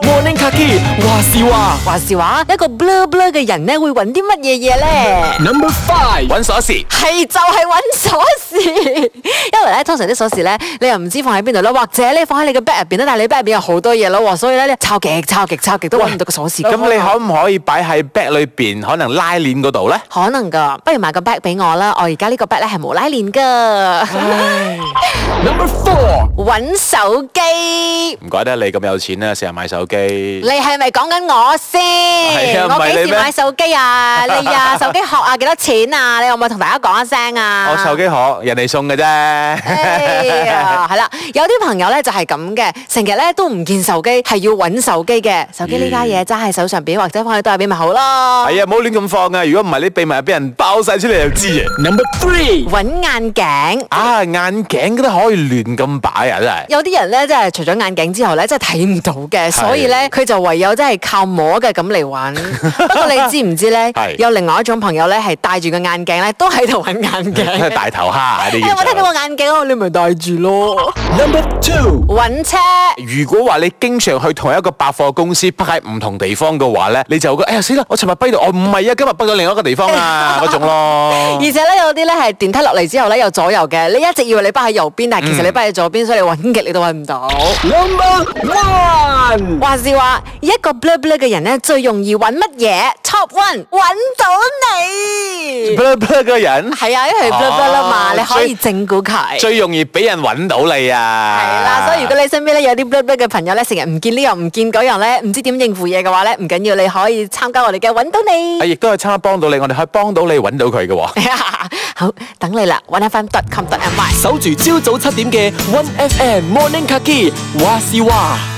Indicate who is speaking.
Speaker 1: Lucky，話事話
Speaker 2: 哦話時話，一個 blur blur 嘅人咧，會揾啲乜嘢嘢咧？
Speaker 1: ，Number Five，揾鎖匙。
Speaker 2: 係就係揾鎖匙， 因為咧通常啲鎖匙咧，你又唔知放喺邊度啦，或者咧放喺你嘅 bag 入邊啦，但係你 bag 入邊有好多嘢咯，所以咧你抄極抄極抄極都揾唔到個鎖匙。
Speaker 3: 咁你可唔可以擺喺 bag 裏邊，可能拉鏈嗰度咧？
Speaker 2: 可能噶，不如買個 bag 俾我啦，我哦而家呢個 bag 咧係冇拉鏈噶，
Speaker 1: Number Four，
Speaker 2: 揾手機。
Speaker 3: 唔怪得你咁有錢啦，成日買手
Speaker 2: 你
Speaker 3: 機。
Speaker 2: 係咪講緊我先？
Speaker 3: 係啊唔
Speaker 2: 我
Speaker 3: 係你
Speaker 2: 幾時
Speaker 3: 咩
Speaker 2: 買手機啊？你啊，手機殼啊，幾多錢啊？你可唔可以同大家講一聲啊？
Speaker 3: 我手機殼人哋送嘅啫。
Speaker 2: 哎呀，係啦，有啲朋友咧就係咁嘅，成日咧都唔見手機，係要揾手機嘅。手機呢家嘢揸喺手上邊，或者放喺袋入邊咪好咯。
Speaker 3: 係啊，唔好亂咁放啊！如果唔係，你秘密俾人爆晒出嚟就知嘅。
Speaker 1: Number three，
Speaker 2: 揾眼鏡，
Speaker 3: 啊，眼鏡都可以亂咁擺啊，真 係。
Speaker 2: 有啲人咧真係除咗眼鏡之後咧，真係睇唔到嘅，所以咧佢就唯有真係靠摸嘅咁嚟揾。不過你知唔知咧？
Speaker 3: 係
Speaker 2: 有另外一種朋友咧係戴住個眼鏡咧，都喺度揾眼 鏡。
Speaker 3: 真係大頭蝦啊呢
Speaker 2: 你有冇
Speaker 3: 件
Speaker 2: 睇哎到我眼鏡啊？你咪戴住咯。
Speaker 1: Number two，
Speaker 2: 揾車。
Speaker 3: 如果話你經常去同一個百貨公司，北喺唔同地方嘅話咧，你就覺得哎呀死啦！我尋日跛到，我唔係啊，今日跛咗另一個地方 啊嗰種咯
Speaker 2: 而。 且咧有啲咧係電梯落嚟之後咧有左右嘅，你一直以為你包喺右邊，但係其實你包喺左邊，所以你揾極你都揾唔到。
Speaker 3: 嗯
Speaker 1: Number one，
Speaker 2: 話是話一個 blur blur 嘅人咧最容易揾乜嘢？Top one 揾到你。
Speaker 3: blur blur 嘅人
Speaker 2: 係啊，因為 blur blur 啦嘛，
Speaker 3: 哦
Speaker 2: 你可以
Speaker 3: 最
Speaker 2: 整蠱佢。
Speaker 3: 最容易俾人揾到你啊。
Speaker 2: 係啦，所以如果你身邊咧有啲 blur blur 嘅朋友咧，成日唔見呢樣唔見嗰樣咧，唔知點應付嘢嘅話咧，唔緊要，你可以參加我哋嘅揾到你
Speaker 3: 啊，。亦都係差幫到你，我哋可以幫到你揾到佢嘅喎。
Speaker 2: 好，等你啦，onefm.com.my。
Speaker 1: 守住朝早七點嘅 One FM Morning Kaki，話事話。